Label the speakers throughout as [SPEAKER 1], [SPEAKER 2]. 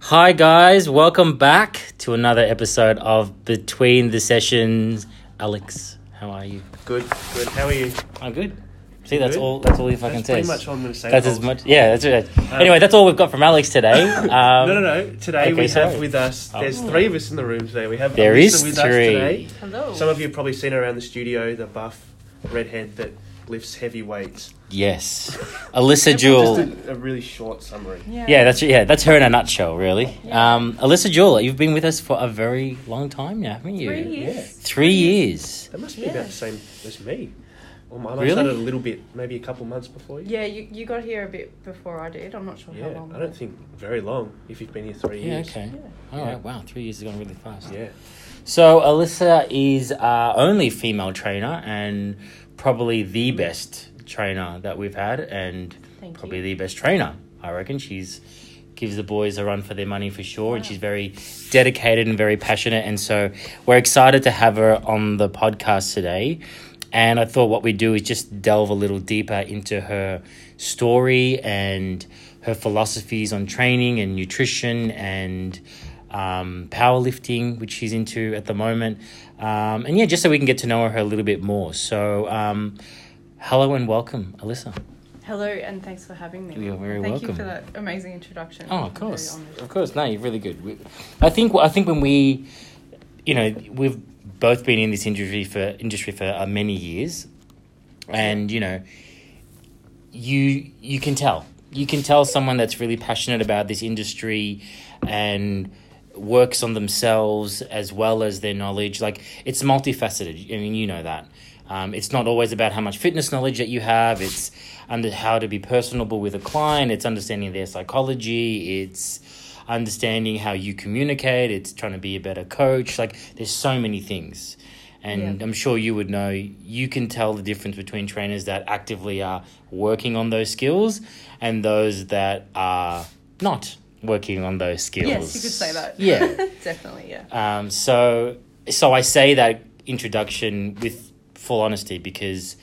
[SPEAKER 1] Hi, guys. Welcome back to another episode of Between the Sessions. Alex, how are you?
[SPEAKER 2] Good, good. How are you?
[SPEAKER 1] I'm good. See, that's
[SPEAKER 2] Good.
[SPEAKER 1] all. That's all if I can
[SPEAKER 2] That's
[SPEAKER 1] say.
[SPEAKER 2] pretty much all I'm going to say. Oh.
[SPEAKER 1] That's as much. Yeah. That's it. anyway, that's all we've got from Alex today. Um,
[SPEAKER 2] no, no, no. Today
[SPEAKER 1] okay,
[SPEAKER 2] we have
[SPEAKER 1] sorry.
[SPEAKER 2] with us.
[SPEAKER 1] Oh.
[SPEAKER 2] There's three of us in the room today. We have
[SPEAKER 1] There
[SPEAKER 2] Alyssa
[SPEAKER 1] is
[SPEAKER 2] with us
[SPEAKER 1] three.
[SPEAKER 2] today.
[SPEAKER 3] Hello.
[SPEAKER 2] Some of you have probably seen around the studio the buff redhead that lifts heavy weights.
[SPEAKER 1] Yes, Alyssa
[SPEAKER 2] Just
[SPEAKER 1] Jewell.
[SPEAKER 2] a, a really short summary.
[SPEAKER 1] Yeah, that's yeah, that's her in a nutshell, really. Um, Alyssa Jewell, you've been with us for a very long time now, haven't you?
[SPEAKER 3] Three years.
[SPEAKER 1] Three years.
[SPEAKER 2] That must be
[SPEAKER 3] Yeah.
[SPEAKER 2] about the same as me. Well, I might
[SPEAKER 1] Really?
[SPEAKER 2] have started a little bit, maybe a couple months before you.
[SPEAKER 3] Yeah, you, you got here a bit before I did. I'm not sure how long.
[SPEAKER 2] I don't think very long. If you've been here three
[SPEAKER 1] Yeah.
[SPEAKER 2] years.
[SPEAKER 1] Okay.
[SPEAKER 3] Yeah.
[SPEAKER 1] All
[SPEAKER 2] Yeah.
[SPEAKER 1] right. Wow. Three years has gone really fast.
[SPEAKER 2] Yeah.
[SPEAKER 1] So Alyssa is our only female trainer and probably the best trainer that we've had, and
[SPEAKER 3] Thank
[SPEAKER 1] probably
[SPEAKER 3] you.
[SPEAKER 1] the best trainer. I reckon she's gives the boys a run for their money for sure, and
[SPEAKER 3] Wow.
[SPEAKER 1] she's very dedicated and very passionate. And so we're excited to have her on the podcast today. And I thought what we do is just delve a little deeper into her story and her philosophies on training and nutrition and um, powerlifting, which she's into at the moment. Um, and yeah, just so we can get to know her a little bit more. So, um, hello and welcome, Alyssa.
[SPEAKER 3] Hello, and thanks for having me.
[SPEAKER 1] You're very
[SPEAKER 3] Thank
[SPEAKER 1] welcome.
[SPEAKER 3] you for that amazing introduction.
[SPEAKER 1] Oh,
[SPEAKER 3] I'm
[SPEAKER 1] of
[SPEAKER 3] very
[SPEAKER 1] course,
[SPEAKER 3] honoured.
[SPEAKER 1] of course. No, you're really good. We, I think. I think when we, you know, we've both been in this industry for industry for uh, many years, and you know, you you can tell. You can tell someone that's really passionate about this industry, and works on themselves as well as their knowledge. Like it's multifaceted. I mean, you know that. Um, it's not always about how much fitness knowledge that you have. It's under how to be personable with a client. It's understanding their psychology. It's understanding how you communicate. It's trying to be a better coach. Like there's so many things. And
[SPEAKER 3] Yeah.
[SPEAKER 1] I'm sure you would know, you can tell the difference between trainers that actively are working on those skills and those that are not working on those skills.
[SPEAKER 3] Yes, you could say that.
[SPEAKER 1] Yeah.
[SPEAKER 3] Definitely, yeah.
[SPEAKER 1] um, so, so I say that introduction with full honesty because,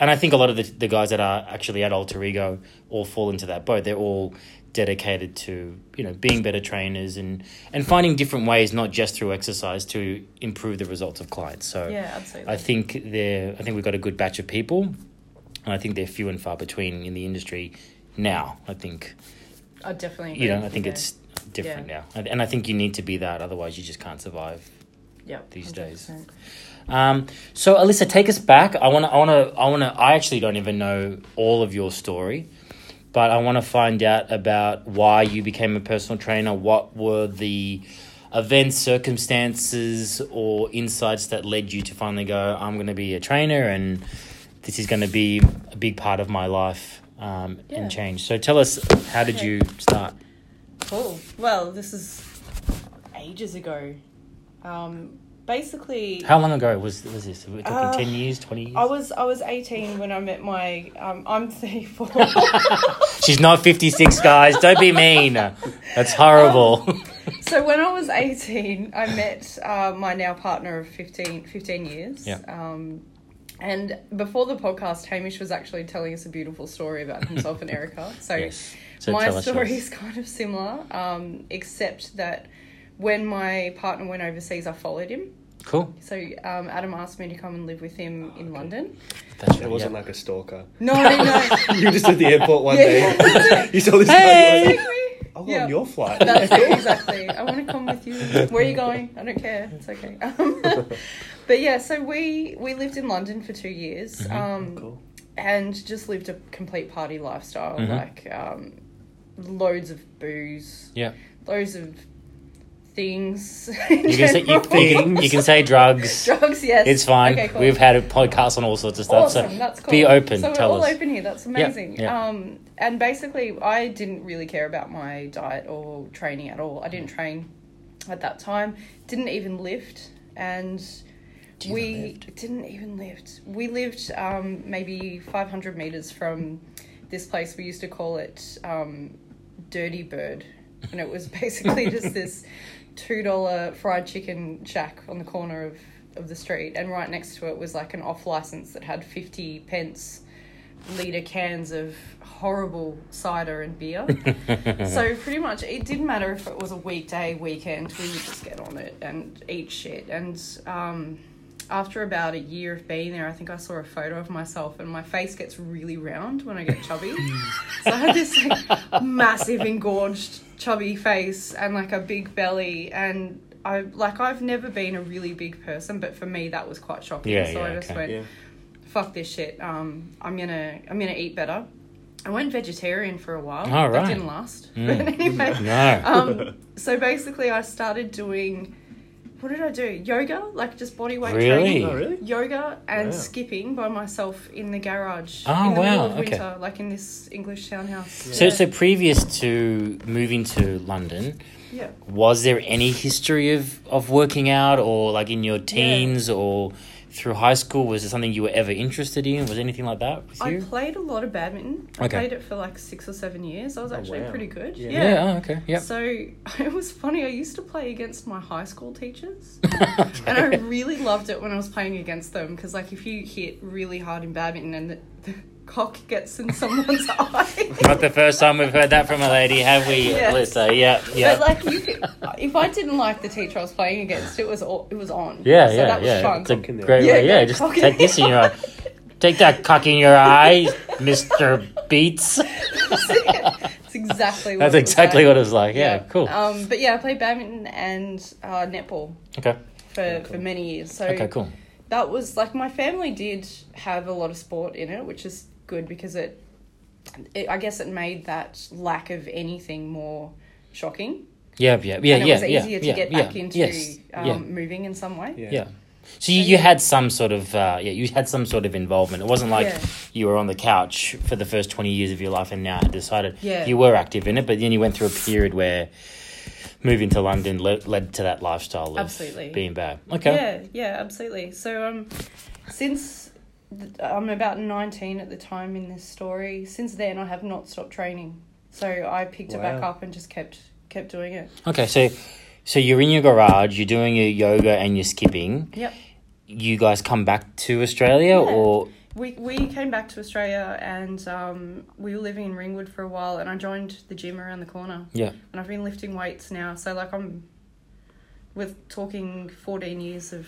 [SPEAKER 1] and I think a lot of the, the guys that are actually at Alter Ego all fall into that boat. They're all dedicated to you know being better trainers and and finding different ways, not just through exercise, to improve the results of clients. So
[SPEAKER 3] Yeah, absolutely.
[SPEAKER 1] I think they're. I think we've got a good batch of people, and I think they're few and far between in the industry now. I think
[SPEAKER 3] I definitely agree.
[SPEAKER 1] you know. I think
[SPEAKER 3] Yeah.
[SPEAKER 1] it's different now, And- and I think you need to be that. Otherwise, you just can't survive.
[SPEAKER 3] Yep,
[SPEAKER 1] these
[SPEAKER 3] 100%.
[SPEAKER 1] Um, so Alyssa, take us back. I want to. I want to. I want to. I actually don't even know all of your story, but I want to find out about why you became a personal trainer. What were the events, circumstances, or insights that led you to finally go? I'm going to be a trainer, and this is going to be a big part of my life um,
[SPEAKER 3] Yeah.
[SPEAKER 1] and change. So tell us, how did
[SPEAKER 3] Okay.
[SPEAKER 1] you start?
[SPEAKER 3] Cool. Well, this is ages ago. Um, basically,
[SPEAKER 1] How long ago was was this? Are we talking
[SPEAKER 3] Uh,
[SPEAKER 1] ten years, twenty years?
[SPEAKER 3] I was I was 18 when I met my. Um, I'm 34.
[SPEAKER 1] She's not 56, guys. Don't be mean. That's horrible.
[SPEAKER 3] So when I was 18, I met uh, my now partner of 15, 15 years.
[SPEAKER 1] Yeah.
[SPEAKER 3] Um, and before the podcast, Hamish was actually telling us a beautiful story about himself and Erica. So
[SPEAKER 1] Yes. So
[SPEAKER 3] my
[SPEAKER 1] tell us
[SPEAKER 3] story
[SPEAKER 1] yours.
[SPEAKER 3] is kind of similar, um, except that when my partner went overseas, I followed him.
[SPEAKER 1] Cool.
[SPEAKER 3] So um, Adam asked me to come and live with him
[SPEAKER 1] Oh,
[SPEAKER 3] in London.
[SPEAKER 1] That's
[SPEAKER 2] It
[SPEAKER 1] right,
[SPEAKER 2] wasn't
[SPEAKER 1] yeah.
[SPEAKER 2] like a stalker.
[SPEAKER 3] No, no, no.
[SPEAKER 2] you were just at the airport one
[SPEAKER 3] Yeah.
[SPEAKER 2] day. you saw this guy.
[SPEAKER 1] Hey!
[SPEAKER 2] you're like,
[SPEAKER 3] Exactly.
[SPEAKER 2] Oh,
[SPEAKER 3] Yeah.
[SPEAKER 2] on your flight.
[SPEAKER 3] That's it, exactly. I want to come with you. Where are you going? I don't care. It's okay. Um, but yeah, so we we lived in London for two years, um,
[SPEAKER 2] Mm-hmm. Cool.
[SPEAKER 3] and just lived a complete party lifestyle,
[SPEAKER 2] Mm-hmm.
[SPEAKER 3] like um, loads of booze,
[SPEAKER 1] Yeah.
[SPEAKER 3] loads of things.
[SPEAKER 1] You can, say, you, you can, you can say drugs.
[SPEAKER 3] drugs. Yes,
[SPEAKER 1] It's fine.
[SPEAKER 3] Okay, cool.
[SPEAKER 1] We've had a podcast on all sorts of stuff.
[SPEAKER 3] Awesome,
[SPEAKER 1] So
[SPEAKER 3] that's cool.
[SPEAKER 1] be open.
[SPEAKER 3] So we're
[SPEAKER 1] tell
[SPEAKER 3] all
[SPEAKER 1] us.
[SPEAKER 3] open here. That's amazing.
[SPEAKER 1] yeah.
[SPEAKER 3] Um, and basically, I didn't really care about my diet or training at all. I didn't train at that time. Didn't even lift, and
[SPEAKER 1] Do you
[SPEAKER 3] we
[SPEAKER 1] even lift?
[SPEAKER 3] didn't even lift. We lived um, maybe 500 meters from this place. We used to call it um, Dirty Bird, and it was basically just this two dollar fried chicken shack on the corner of, of the street, and right next to it was like an off license that had fifty pence liter cans of horrible cider and beer. so pretty much it didn't matter if it was a weekday, weekend, we would just get on it and eat shit. And um, after about a year of being there, I think I saw a photo of myself and my face gets really round when I get chubby. so I had this like, massive engorged chubby face and like a big belly and I like I've never been a really big person, but for me that was quite shocking.
[SPEAKER 1] Yeah,
[SPEAKER 3] so I
[SPEAKER 1] yeah,
[SPEAKER 3] just
[SPEAKER 1] okay.
[SPEAKER 3] went,
[SPEAKER 2] Yeah.
[SPEAKER 3] fuck this shit. Um, I'm gonna I'm gonna eat better. I went vegetarian for a while.
[SPEAKER 1] All right.
[SPEAKER 3] That didn't last.
[SPEAKER 1] Mm.
[SPEAKER 3] But anyway,
[SPEAKER 1] No.
[SPEAKER 3] um, so basically, I started doing. What did I do? Yoga, like just body weight
[SPEAKER 1] Really?
[SPEAKER 3] training.
[SPEAKER 2] Oh, really?
[SPEAKER 3] Yoga and
[SPEAKER 2] Wow.
[SPEAKER 3] skipping by myself in the garage
[SPEAKER 1] Oh,
[SPEAKER 3] in the middle
[SPEAKER 1] wow,
[SPEAKER 3] of
[SPEAKER 1] okay.
[SPEAKER 3] winter, like in this English townhouse.
[SPEAKER 1] So, so previous to moving to London,
[SPEAKER 3] yeah.
[SPEAKER 1] was there any history of, of working out or like in your teens or through high school? Was it something you were ever interested in? Was anything like that with
[SPEAKER 3] I
[SPEAKER 1] you?
[SPEAKER 3] played a lot of badminton. I
[SPEAKER 1] Okay.
[SPEAKER 3] played it for like six or seven years. I was
[SPEAKER 2] Oh,
[SPEAKER 3] actually
[SPEAKER 2] wow.
[SPEAKER 3] pretty good.
[SPEAKER 2] Yeah.
[SPEAKER 1] yeah. oh, okay. Yep.
[SPEAKER 3] So it was funny. I used to play against my high school teachers, and I really loved it when I was playing against them because, like, if you hit really hard in badminton and the, the cock gets in someone's eye,
[SPEAKER 1] Not the first time we've heard that from a lady, have we,
[SPEAKER 3] Yeah.
[SPEAKER 1] Alyssa? Yeah, yeah.
[SPEAKER 3] but like, you could, if I didn't like the teacher I was playing against, it was all, it was on.
[SPEAKER 1] yeah,
[SPEAKER 3] so
[SPEAKER 1] yeah,
[SPEAKER 3] that was
[SPEAKER 1] yeah.
[SPEAKER 3] fun.
[SPEAKER 1] It's a
[SPEAKER 2] Cock in there.
[SPEAKER 1] great
[SPEAKER 3] Yeah,
[SPEAKER 1] way.
[SPEAKER 3] get
[SPEAKER 1] Yeah,
[SPEAKER 3] a
[SPEAKER 1] just
[SPEAKER 3] cock in
[SPEAKER 1] take this in your eye. Take that cock in your eye, Mister Beats.
[SPEAKER 3] It's exactly. What
[SPEAKER 1] That's
[SPEAKER 3] it was
[SPEAKER 1] exactly
[SPEAKER 3] like.
[SPEAKER 1] what it was like. Yeah, cool.
[SPEAKER 3] Um, but yeah, I played badminton and uh, netball
[SPEAKER 1] okay.
[SPEAKER 3] for, for many years. So
[SPEAKER 1] Okay. Cool.
[SPEAKER 3] that was like my family did have a lot of sport in it, which is good because it, it I guess it made that lack of anything more shocking.
[SPEAKER 1] Yeah. Yeah. Yeah.
[SPEAKER 3] and it
[SPEAKER 1] yeah.
[SPEAKER 3] was
[SPEAKER 1] yeah.
[SPEAKER 3] easier to
[SPEAKER 1] yeah,
[SPEAKER 3] get
[SPEAKER 1] yeah,
[SPEAKER 3] back into
[SPEAKER 1] yes,
[SPEAKER 3] um,
[SPEAKER 1] yeah.
[SPEAKER 3] moving in some way.
[SPEAKER 2] Yeah.
[SPEAKER 1] Yeah. So you, you had some sort of uh, yeah you had some sort of involvement. It wasn't like
[SPEAKER 3] Yeah.
[SPEAKER 1] you were on the couch for the first twenty years of your life and now had decided
[SPEAKER 3] Yeah.
[SPEAKER 1] you were active in it, but then you went through a period where moving to London led, led to that lifestyle of
[SPEAKER 3] Absolutely.
[SPEAKER 1] being bad. Okay,
[SPEAKER 3] Yeah, yeah, absolutely. So um, since th- I'm about 19 at the time in this story, since then I have not stopped training. So I picked it back
[SPEAKER 2] Wow.
[SPEAKER 3] up and just kept kept doing it.
[SPEAKER 1] okay. So so you're in your garage, you're doing your yoga and you're skipping.
[SPEAKER 3] Yep.
[SPEAKER 1] You guys come back to Australia
[SPEAKER 3] Yeah.
[SPEAKER 1] or
[SPEAKER 3] We we came back to Australia and um, we were living in Ringwood for a while, and I joined the gym around the corner,
[SPEAKER 1] yeah
[SPEAKER 3] and I've been lifting weights now. So like I'm, with talking fourteen years of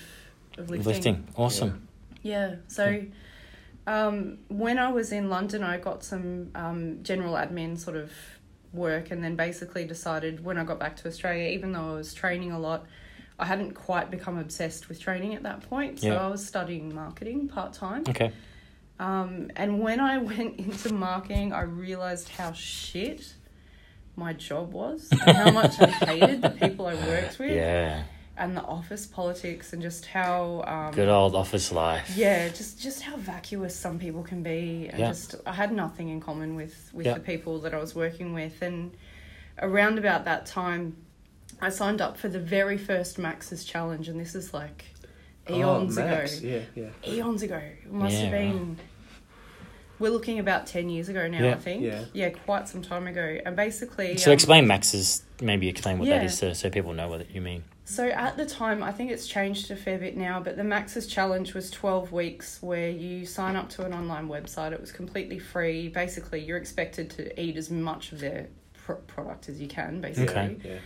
[SPEAKER 3] of lifting.
[SPEAKER 1] lifting? Awesome.
[SPEAKER 3] Yeah. So, um, when I was in London, I got some um, general admin sort of work, and then basically decided when I got back to Australia, even though I was training a lot. I hadn't quite become obsessed with training at that point, so
[SPEAKER 1] Yeah.
[SPEAKER 3] I was studying marketing part time.
[SPEAKER 1] Okay.
[SPEAKER 3] Um, and when I went into marketing, I realized how shit my job was, and how much I hated the people I worked with,
[SPEAKER 1] Yeah.
[SPEAKER 3] and the office politics, and just how um,
[SPEAKER 1] Good old office life.
[SPEAKER 3] yeah, just just how vacuous some people can be, and
[SPEAKER 1] Yeah.
[SPEAKER 3] just I had nothing in common with with
[SPEAKER 1] Yeah.
[SPEAKER 3] the people that I was working with, and around about that time, I signed up for the very first Max's challenge, and this is like eons
[SPEAKER 2] oh,
[SPEAKER 3] ago
[SPEAKER 2] Max. Yeah, yeah.
[SPEAKER 3] eons ago. It must
[SPEAKER 1] Yeah,
[SPEAKER 3] have been. We're looking about ten years ago now,
[SPEAKER 1] Yeah.
[SPEAKER 3] I think.
[SPEAKER 2] Yeah.
[SPEAKER 3] quite some time ago. And basically,
[SPEAKER 1] So
[SPEAKER 3] um,
[SPEAKER 1] explain Max's maybe explain what that
[SPEAKER 3] Yeah.
[SPEAKER 1] is so, so people know what you mean.
[SPEAKER 3] So at the time, I think it's changed a fair bit now, but the Max's challenge was twelve weeks, where you sign up to an online website. It was completely free. Basically, you're expected to eat as much of their pr- product as you can, basically.
[SPEAKER 1] Okay.
[SPEAKER 2] Yeah.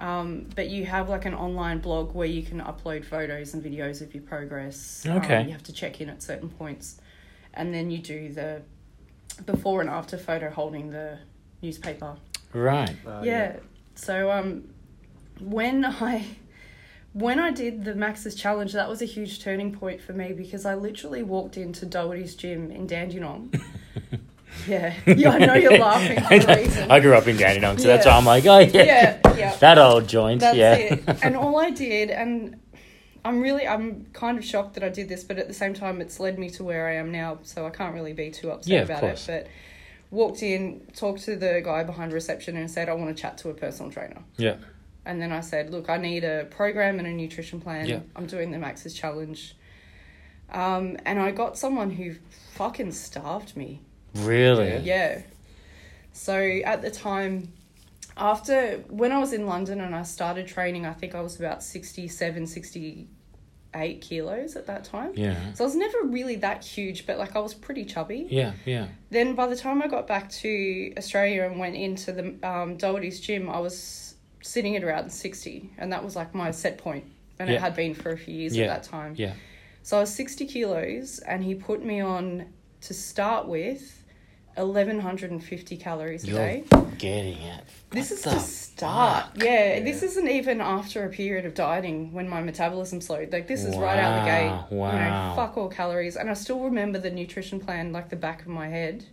[SPEAKER 3] Um, but you have like an online blog where you can upload photos and videos of your progress. Um,
[SPEAKER 1] Okay.
[SPEAKER 3] you have to check in at certain points, and then you do the before and after photo holding the newspaper.
[SPEAKER 1] Right.
[SPEAKER 2] Uh,
[SPEAKER 3] yeah. So um, when I when I did the Max's challenge, that was a huge turning point for me because I literally walked into Doherty's gym in Dandenong. yeah, yeah, I know you're laughing for a reason.
[SPEAKER 1] I grew up in Dandenong, so that's
[SPEAKER 3] Yeah.
[SPEAKER 1] why I'm like, oh yeah,
[SPEAKER 3] yeah, yeah.
[SPEAKER 1] that old joint.
[SPEAKER 3] That's
[SPEAKER 1] yeah,
[SPEAKER 3] it. And all I did, and I'm really, I'm kind of shocked that I did this, but at the same time, it's led me to where I am now, so I can't really be too upset
[SPEAKER 1] Yeah, of
[SPEAKER 3] about
[SPEAKER 1] course.
[SPEAKER 3] it. But walked in, talked to the guy behind reception, and said, I want to chat to a personal trainer.
[SPEAKER 1] yeah,
[SPEAKER 3] And then I said, Look, I need a program and a nutrition plan.
[SPEAKER 1] Yeah.
[SPEAKER 3] I'm doing the Max's Challenge. Um, and I got someone who fucking starved me.
[SPEAKER 1] really.
[SPEAKER 3] Yeah. So at the time, after when I was in London and I started training, I think I was about 67, 60, eight kilos at that time.
[SPEAKER 1] Yeah.
[SPEAKER 3] So I was never really that huge, but like I was pretty chubby.
[SPEAKER 1] Yeah, yeah.
[SPEAKER 3] Then by the time I got back to Australia and went into the um, Doherty's gym, I was sitting at around 60, and that was like my set point, and
[SPEAKER 1] Yeah.
[SPEAKER 3] it had been for a few years
[SPEAKER 1] yeah.
[SPEAKER 3] at that time.
[SPEAKER 1] Yeah.
[SPEAKER 3] So I was 60 kilos, and he put me on to start with 1150 calories a
[SPEAKER 1] You're
[SPEAKER 3] day.
[SPEAKER 1] getting it.
[SPEAKER 3] This is
[SPEAKER 1] What
[SPEAKER 3] to
[SPEAKER 1] the
[SPEAKER 3] start. Yeah,
[SPEAKER 2] Yeah.
[SPEAKER 3] this isn't even after a period of dieting when my metabolism slowed. Like this is right out the gate.
[SPEAKER 1] Wow,
[SPEAKER 3] You
[SPEAKER 1] wow.
[SPEAKER 3] know, fuck all calories. And I still remember the nutrition plan like the back of my head,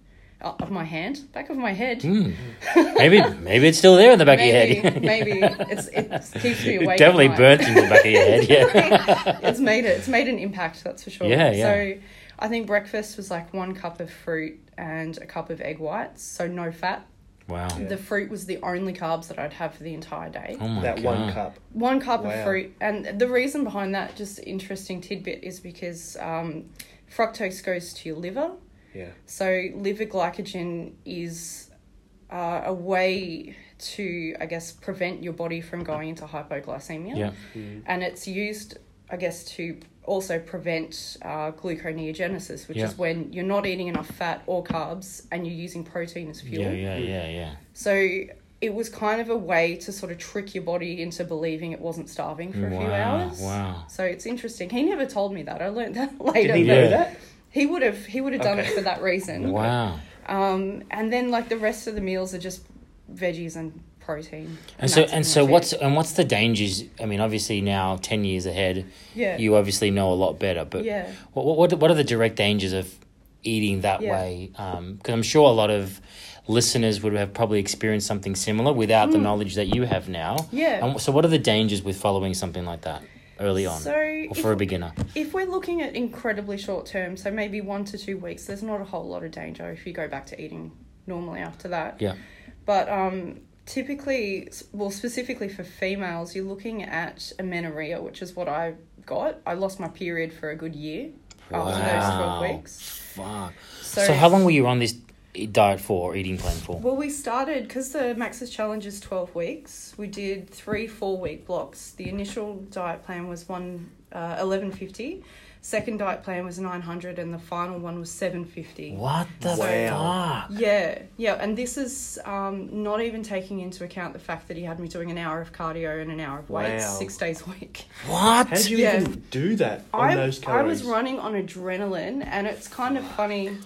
[SPEAKER 3] uh, of my hand, back of my head.
[SPEAKER 1] Hmm. maybe maybe it's still there in the back
[SPEAKER 3] maybe,
[SPEAKER 1] of your head.
[SPEAKER 3] maybe it's it keeps me awake.
[SPEAKER 1] It
[SPEAKER 3] at
[SPEAKER 1] definitely
[SPEAKER 3] night.
[SPEAKER 1] burnt in the back of your head. Yeah.
[SPEAKER 3] it's made it. It's made an impact. That's for sure.
[SPEAKER 1] Yeah, yeah.
[SPEAKER 3] So, I think breakfast was like one cup of fruit and a cup of egg whites. So no fat.
[SPEAKER 1] wow.
[SPEAKER 2] Yeah.
[SPEAKER 3] The fruit was the only carbs that I'd have for the entire day.
[SPEAKER 1] Oh my
[SPEAKER 2] that
[SPEAKER 1] god.
[SPEAKER 2] one cup.
[SPEAKER 3] One cup
[SPEAKER 2] Wow.
[SPEAKER 3] of fruit, and the reason behind that, just interesting tidbit, is because um, fructose goes to your liver.
[SPEAKER 2] Yeah.
[SPEAKER 3] So liver glycogen is uh, a way to, I guess, prevent your body from going into hypoglycemia,
[SPEAKER 1] Yeah.
[SPEAKER 3] and it's used, I guess, to also prevent uh, gluconeogenesis, which
[SPEAKER 1] Yeah.
[SPEAKER 3] is when you're not eating enough fat or carbs and you're using protein as fuel.
[SPEAKER 1] Yeah, yeah, yeah, yeah.
[SPEAKER 3] So it was kind of a way to sort of trick your body into believing it wasn't starving for a few
[SPEAKER 1] Wow,
[SPEAKER 3] hours.
[SPEAKER 1] wow.
[SPEAKER 3] So it's interesting. He never told me that. I learned that later.
[SPEAKER 2] Did he
[SPEAKER 1] Yeah.
[SPEAKER 2] know that?
[SPEAKER 3] He would have he would have done
[SPEAKER 2] Okay.
[SPEAKER 3] it for that reason.
[SPEAKER 1] Wow.
[SPEAKER 3] Um and then like the rest of the meals are just veggies and protein.
[SPEAKER 1] And so
[SPEAKER 3] that's
[SPEAKER 1] and
[SPEAKER 3] pretty
[SPEAKER 1] so
[SPEAKER 3] much
[SPEAKER 1] what's
[SPEAKER 3] it.
[SPEAKER 1] and what's the dangers? I mean, obviously now 10 years ahead,
[SPEAKER 3] Yeah.
[SPEAKER 1] you obviously know a lot better, but
[SPEAKER 3] Yeah.
[SPEAKER 1] what what what- what are the direct dangers of eating that
[SPEAKER 3] Yeah.
[SPEAKER 1] way? Um cuz I'm sure a lot of listeners would have probably experienced something similar without the knowledge that you have now.
[SPEAKER 3] Mm. Yeah.
[SPEAKER 1] And so what are the dangers with following something like that early on
[SPEAKER 3] So
[SPEAKER 1] or
[SPEAKER 3] if,
[SPEAKER 1] for a beginner?
[SPEAKER 3] if we're looking at incredibly short term, so maybe one to two weeks, there's not a whole lot of danger if you go back to eating normally after that.
[SPEAKER 1] Yeah.
[SPEAKER 3] But um, typically, well, specifically for females, you're looking at amenorrhea, which is what I got. I lost my period for a good year after those 12 weeks.
[SPEAKER 1] Fuck. So,
[SPEAKER 3] So,
[SPEAKER 1] how long were you on this e-, diet for, or eating plan for?
[SPEAKER 3] Well, we started because the Max's challenge is 12 weeks. We did three four week blocks. The initial diet plan was one uh, 1150. Second diet plan was 900 and the final one was 750.
[SPEAKER 1] What the
[SPEAKER 2] Wow.
[SPEAKER 1] fuck?
[SPEAKER 3] Yeah, yeah, and this is um, not even taking into account the fact that he had me doing an hour of cardio and an hour of weights
[SPEAKER 2] Wow.
[SPEAKER 3] six days a week.
[SPEAKER 1] What?
[SPEAKER 2] How did you
[SPEAKER 3] Yeah.
[SPEAKER 2] even do that on
[SPEAKER 3] I,
[SPEAKER 2] those
[SPEAKER 3] I
[SPEAKER 2] calories?
[SPEAKER 3] was running on adrenaline, and it's kind of funny.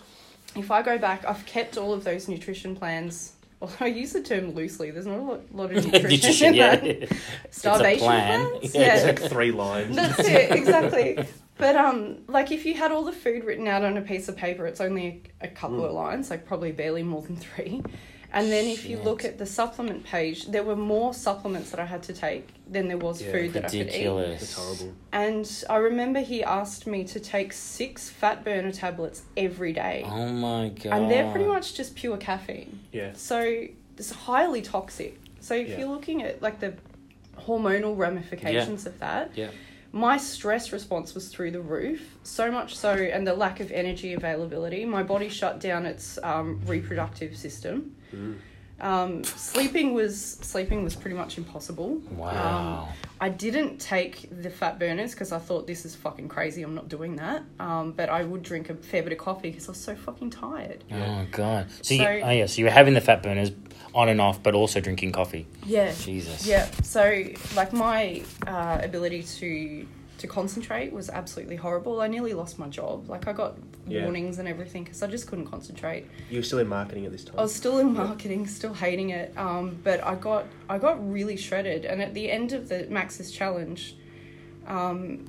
[SPEAKER 3] If I go back, I've kept all of those nutrition plans. Well, I use the term loosely. There's not a lot, lot of nutrition,
[SPEAKER 1] Nutrition,
[SPEAKER 3] in
[SPEAKER 1] yeah.
[SPEAKER 3] that.
[SPEAKER 1] It's a
[SPEAKER 3] Starvation
[SPEAKER 1] plan.
[SPEAKER 3] plans?
[SPEAKER 1] Yeah.
[SPEAKER 3] Yeah.
[SPEAKER 2] like three lines.
[SPEAKER 3] That's it, exactly. But um, like if you had all the food written out on a piece of paper, it's only a, a couple
[SPEAKER 1] Hmm.
[SPEAKER 3] of lines, like probably barely more than three. And then if you look at the supplement page, there were more supplements that I had to take than there was
[SPEAKER 2] Yeah.
[SPEAKER 3] food that I could eat.
[SPEAKER 2] That's
[SPEAKER 1] Ridiculous.
[SPEAKER 2] horrible.
[SPEAKER 3] And I remember he asked me to take six fat burner tablets every day.
[SPEAKER 1] Oh my god.
[SPEAKER 3] And they're pretty much just pure caffeine.
[SPEAKER 2] Yeah.
[SPEAKER 3] So it's highly toxic. So if
[SPEAKER 2] Yeah.
[SPEAKER 3] you're looking at like the hormonal ramifications of that,
[SPEAKER 1] Yeah.
[SPEAKER 3] my stress response was through the roof. So much so, and the lack of energy availability, my body shut down its um, reproductive system.
[SPEAKER 2] Mm.
[SPEAKER 3] Um, sleeping was sleeping was pretty much impossible.
[SPEAKER 1] Wow.
[SPEAKER 3] Um, I didn't take the fat burners because I thought this is fucking crazy. I'm not doing that. Um, but I would drink a fair bit of coffee because I was so fucking tired.
[SPEAKER 1] Oh god. So, you,
[SPEAKER 3] So-
[SPEAKER 1] oh yeah, so you were having the fat burners on and off, but also drinking coffee.
[SPEAKER 3] Yeah.
[SPEAKER 1] Jesus.
[SPEAKER 3] Yeah. So like my uh, ability to to concentrate was absolutely horrible. I nearly lost my job. Like I got
[SPEAKER 2] Yeah.
[SPEAKER 3] warnings and everything because I just couldn't concentrate.
[SPEAKER 2] You were still in marketing at this time.
[SPEAKER 3] I was still in marketing, still hating it. Um, but I got I got really shredded. And at the end of the Max's challenge, um,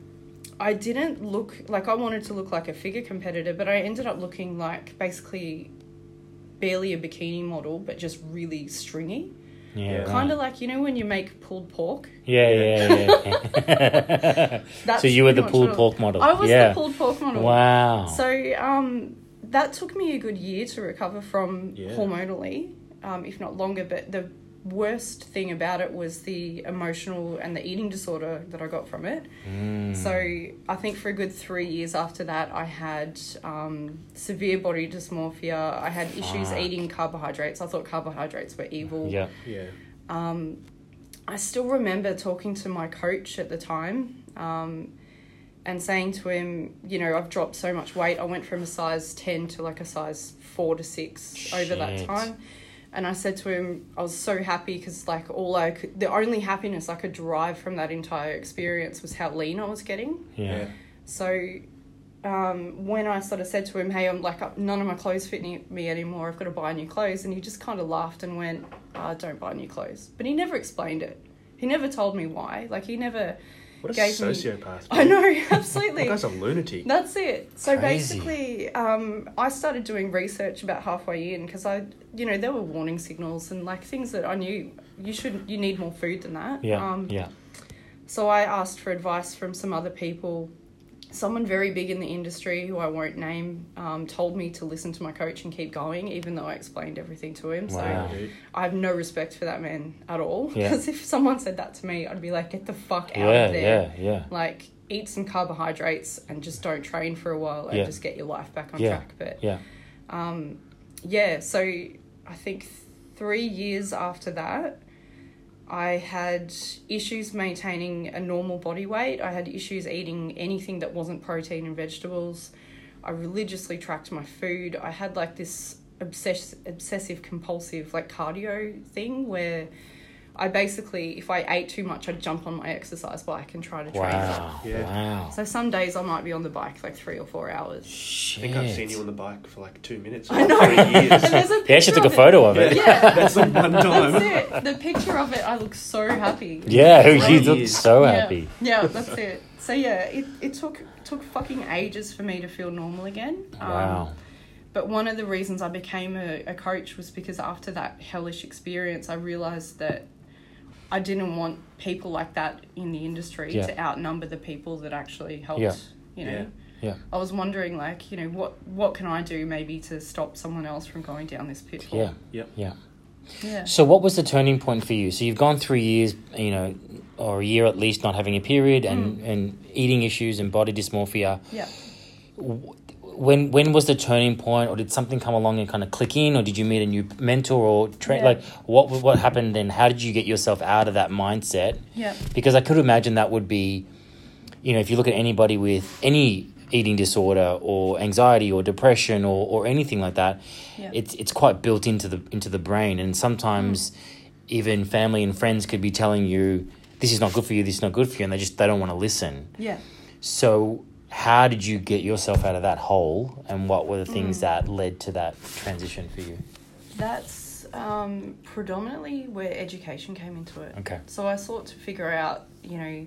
[SPEAKER 3] I didn't look like I wanted to look like a figure competitor, but I ended up looking like basically barely a bikini model, but just really stringy.
[SPEAKER 1] Yeah.
[SPEAKER 2] Yeah.
[SPEAKER 3] Kind of like you know when you make pulled pork.
[SPEAKER 1] Yeah, yeah, yeah. so you were
[SPEAKER 3] pretty
[SPEAKER 1] the
[SPEAKER 3] much
[SPEAKER 1] pulled
[SPEAKER 3] what I-
[SPEAKER 1] pork model.
[SPEAKER 3] I was
[SPEAKER 1] yeah.
[SPEAKER 3] the pulled pork model.
[SPEAKER 1] Wow.
[SPEAKER 3] So um, that took me a good year to recover from
[SPEAKER 2] Yeah.
[SPEAKER 3] hormonally, um, if not longer. But the worst thing about it was the emotional and the eating disorder that I got from it.
[SPEAKER 1] Mm.
[SPEAKER 3] So I think for a good three years after that, I had um, severe body dysmorphia. I had issues
[SPEAKER 1] Fuck.
[SPEAKER 3] eating carbohydrates. I thought carbohydrates were evil.
[SPEAKER 1] yeah.
[SPEAKER 2] yeah.
[SPEAKER 3] I still remember talking to my coach at the time, um, and saying to him, you know, I've dropped so much weight. I went from a size 10 to like a size 4 to 6 over that
[SPEAKER 1] Shit.
[SPEAKER 3] time. And I said to him, I was so happy because, like, all I could, the only happiness I could derive from that entire experience was how lean I was getting.
[SPEAKER 1] Yeah.
[SPEAKER 3] So um, when I sort of said to him, "Hey, I'm like uh, none of my clothes fit any- me anymore. I've got to buy new clothes," and he just kind of laughed and went, "I don't buy new clothes." But he never explained it. He never told me why. Like he never.
[SPEAKER 2] What a
[SPEAKER 3] Gave me-
[SPEAKER 2] sociopath.
[SPEAKER 1] Oh.
[SPEAKER 3] I
[SPEAKER 2] man.
[SPEAKER 3] know
[SPEAKER 2] That
[SPEAKER 3] absolutely.
[SPEAKER 2] guy's a lunatic.
[SPEAKER 3] That's it. So
[SPEAKER 1] Crazy.
[SPEAKER 3] basically, um, I started doing research about halfway in because I, you know, there were warning signals and like things that I knew you should you need more food than that.
[SPEAKER 1] Yeah.
[SPEAKER 3] Um,
[SPEAKER 1] yeah.
[SPEAKER 3] so I asked for advice from some other people. Someone very big in the industry, who I won't name, um, told me to listen to my coach and keep going, even though I explained everything to him.
[SPEAKER 1] Wow.
[SPEAKER 3] So I have no respect for that man at all.
[SPEAKER 1] Yeah.
[SPEAKER 3] Because if someone said that to me, I'd be like, get the fuck out
[SPEAKER 1] Yeah.
[SPEAKER 3] of there.
[SPEAKER 1] Yeah. Yeah.
[SPEAKER 3] Like, eat some carbohydrates and just don't train for a while and
[SPEAKER 1] Yeah.
[SPEAKER 3] just get your life back on
[SPEAKER 1] Yeah.
[SPEAKER 3] track. But
[SPEAKER 1] Yeah.
[SPEAKER 3] yeah, so I think th- three years after that, I had issues maintaining a normal body weight. I had issues eating anything that wasn't protein and vegetables. I religiously tracked my food. I had like this obsess- obsessive compulsive like cardio thing where I basically, if I ate too much, I'd jump on my exercise bike and try to train.
[SPEAKER 1] Wow.
[SPEAKER 2] Yeah.
[SPEAKER 1] Wow.
[SPEAKER 3] So some days I might be on the bike like three or four hours.
[SPEAKER 2] I
[SPEAKER 1] Shit.
[SPEAKER 2] think I've seen you on the bike for like two minutes.
[SPEAKER 3] I know.
[SPEAKER 2] Three years.
[SPEAKER 3] And there's a
[SPEAKER 1] They actually
[SPEAKER 3] picture
[SPEAKER 1] took a
[SPEAKER 3] of it.
[SPEAKER 1] photo of it.
[SPEAKER 3] Yeah.
[SPEAKER 2] That's the one time.
[SPEAKER 3] That's it. The picture of it, I look so happy.
[SPEAKER 1] Yeah.
[SPEAKER 2] Three
[SPEAKER 1] He looked
[SPEAKER 2] years.
[SPEAKER 1] so happy.
[SPEAKER 3] Yeah, yeah, that's it. So yeah, it, it took took fucking ages for me to feel normal again. Um,
[SPEAKER 1] Wow.
[SPEAKER 3] But one of the reasons I became a, a coach was because after that hellish experience, I realized that I didn't want people like that in the industry
[SPEAKER 1] Yeah.
[SPEAKER 3] to outnumber the people that actually helped.
[SPEAKER 1] Yeah.
[SPEAKER 3] You know,
[SPEAKER 2] Yeah.
[SPEAKER 1] Yeah.
[SPEAKER 3] I was wondering, like, you know, what what can I do maybe to stop someone else from going down this pitfall?
[SPEAKER 1] Yeah.
[SPEAKER 2] Yep.
[SPEAKER 1] Yeah.
[SPEAKER 3] Yeah.
[SPEAKER 1] So, what was the turning point for you? So, you've gone three years, you know, or a year at least, not having a period, and
[SPEAKER 3] Hmm.
[SPEAKER 1] and eating issues and body dysmorphia.
[SPEAKER 3] Yeah.
[SPEAKER 1] When when was the turning point, or did something come along and kind of click in, or did you meet a new mentor, or tra-
[SPEAKER 3] Yeah.
[SPEAKER 1] like what what happened then? How did you get yourself out of that mindset?
[SPEAKER 3] Yeah.
[SPEAKER 1] Because I could imagine that would be, you know, if you look at anybody with any eating disorder or anxiety or depression or, or anything like that,
[SPEAKER 3] Yeah.
[SPEAKER 1] it's it's quite built into the into the brain and sometimes
[SPEAKER 3] Mm.
[SPEAKER 1] even family and friends could be telling you this is not good for you, this is not good for you and they just they don't want to listen.
[SPEAKER 3] Yeah.
[SPEAKER 1] So how did you get yourself out of that hole and what were the things that led to that transition for you?
[SPEAKER 3] That's um, predominantly where education came into it.
[SPEAKER 1] Okay.
[SPEAKER 3] So I sought to figure out, you know,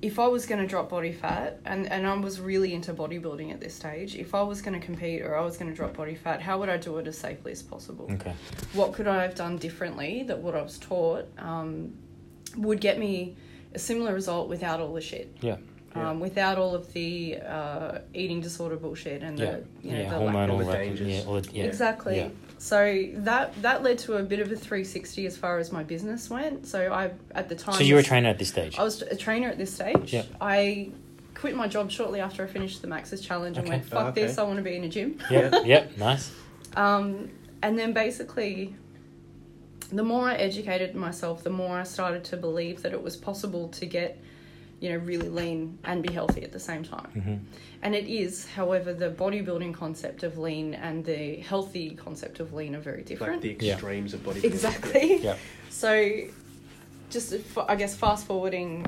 [SPEAKER 3] if I was going to drop body fat, and, and I was really into bodybuilding at this stage, if I was going to compete or I was going to drop body fat, how would I do it as safely as possible?
[SPEAKER 1] Okay.
[SPEAKER 3] what could I have done differently that what I was taught um, would get me a similar result without all the shit,
[SPEAKER 1] Yeah.
[SPEAKER 3] um, without all of the uh, eating disorder bullshit and
[SPEAKER 1] Yeah.
[SPEAKER 3] the you
[SPEAKER 1] Yeah,
[SPEAKER 3] know the lack
[SPEAKER 1] hormonal
[SPEAKER 2] all the
[SPEAKER 1] rep-
[SPEAKER 2] dangers.
[SPEAKER 1] yeah, all the- yeah,
[SPEAKER 3] Exactly.
[SPEAKER 1] Yeah.
[SPEAKER 3] So that that led to a bit of a 360 as far as my business went. So I at the time
[SPEAKER 1] So you were a
[SPEAKER 3] was-
[SPEAKER 1] trainer at this stage.
[SPEAKER 3] I was a trainer at this stage.
[SPEAKER 1] Yeah.
[SPEAKER 3] I quit my job shortly after I finished the Max's challenge and
[SPEAKER 1] Okay.
[SPEAKER 3] went fuck
[SPEAKER 2] Oh, okay.
[SPEAKER 3] this, I want to be in a gym.
[SPEAKER 1] Yeah. Yep. Nice.
[SPEAKER 3] Um, and then basically, the more I educated myself, the more I started to believe that it was possible to get, you know, really lean and be healthy at the same time.
[SPEAKER 1] Mm-hmm.
[SPEAKER 3] And it is, however, the bodybuilding concept of lean and the healthy concept of lean are very
[SPEAKER 2] Like
[SPEAKER 3] different.
[SPEAKER 2] the
[SPEAKER 1] Yeah.
[SPEAKER 2] extremes of body.
[SPEAKER 3] exactly.
[SPEAKER 1] Yeah.
[SPEAKER 3] So, just f- I guess fast forwarding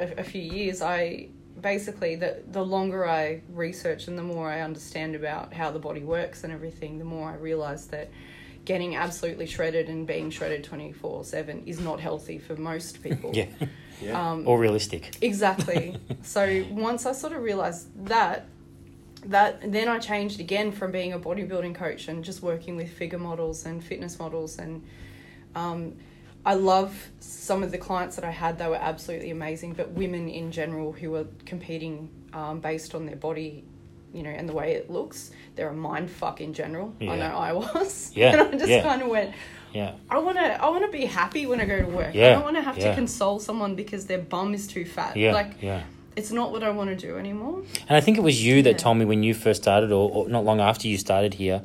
[SPEAKER 3] a, a few years, I basically the the longer I research and the more I understand about how the body works and everything, the more I realize that getting absolutely shredded and being shredded twenty four seven is not healthy for most people.
[SPEAKER 1] Yeah.
[SPEAKER 2] Yeah.
[SPEAKER 3] Um,
[SPEAKER 1] Or realistic.
[SPEAKER 3] Exactly. so once I sort of realized that, that then I changed again from being a bodybuilding coach and just working with figure models and fitness models and um, I love some of the clients that I had. They were absolutely amazing, but women in general who were competing um, based on their body, you know, and the way it looks, they're a mind fuck in general.
[SPEAKER 1] Yeah.
[SPEAKER 3] I know I was.
[SPEAKER 1] Yeah,
[SPEAKER 3] and I just
[SPEAKER 1] yeah.
[SPEAKER 3] kind of went,
[SPEAKER 1] Yeah.
[SPEAKER 3] I want to I want to be happy when I go to work. I
[SPEAKER 1] Yeah,
[SPEAKER 3] don't want to have
[SPEAKER 1] yeah.
[SPEAKER 3] to console someone because their bum is too fat.
[SPEAKER 1] Yeah.
[SPEAKER 3] Like
[SPEAKER 1] yeah.
[SPEAKER 3] it's not what I want to do anymore.
[SPEAKER 1] And I think it was you that
[SPEAKER 3] Yeah.
[SPEAKER 1] told me when you first started, or, or not long after you started here,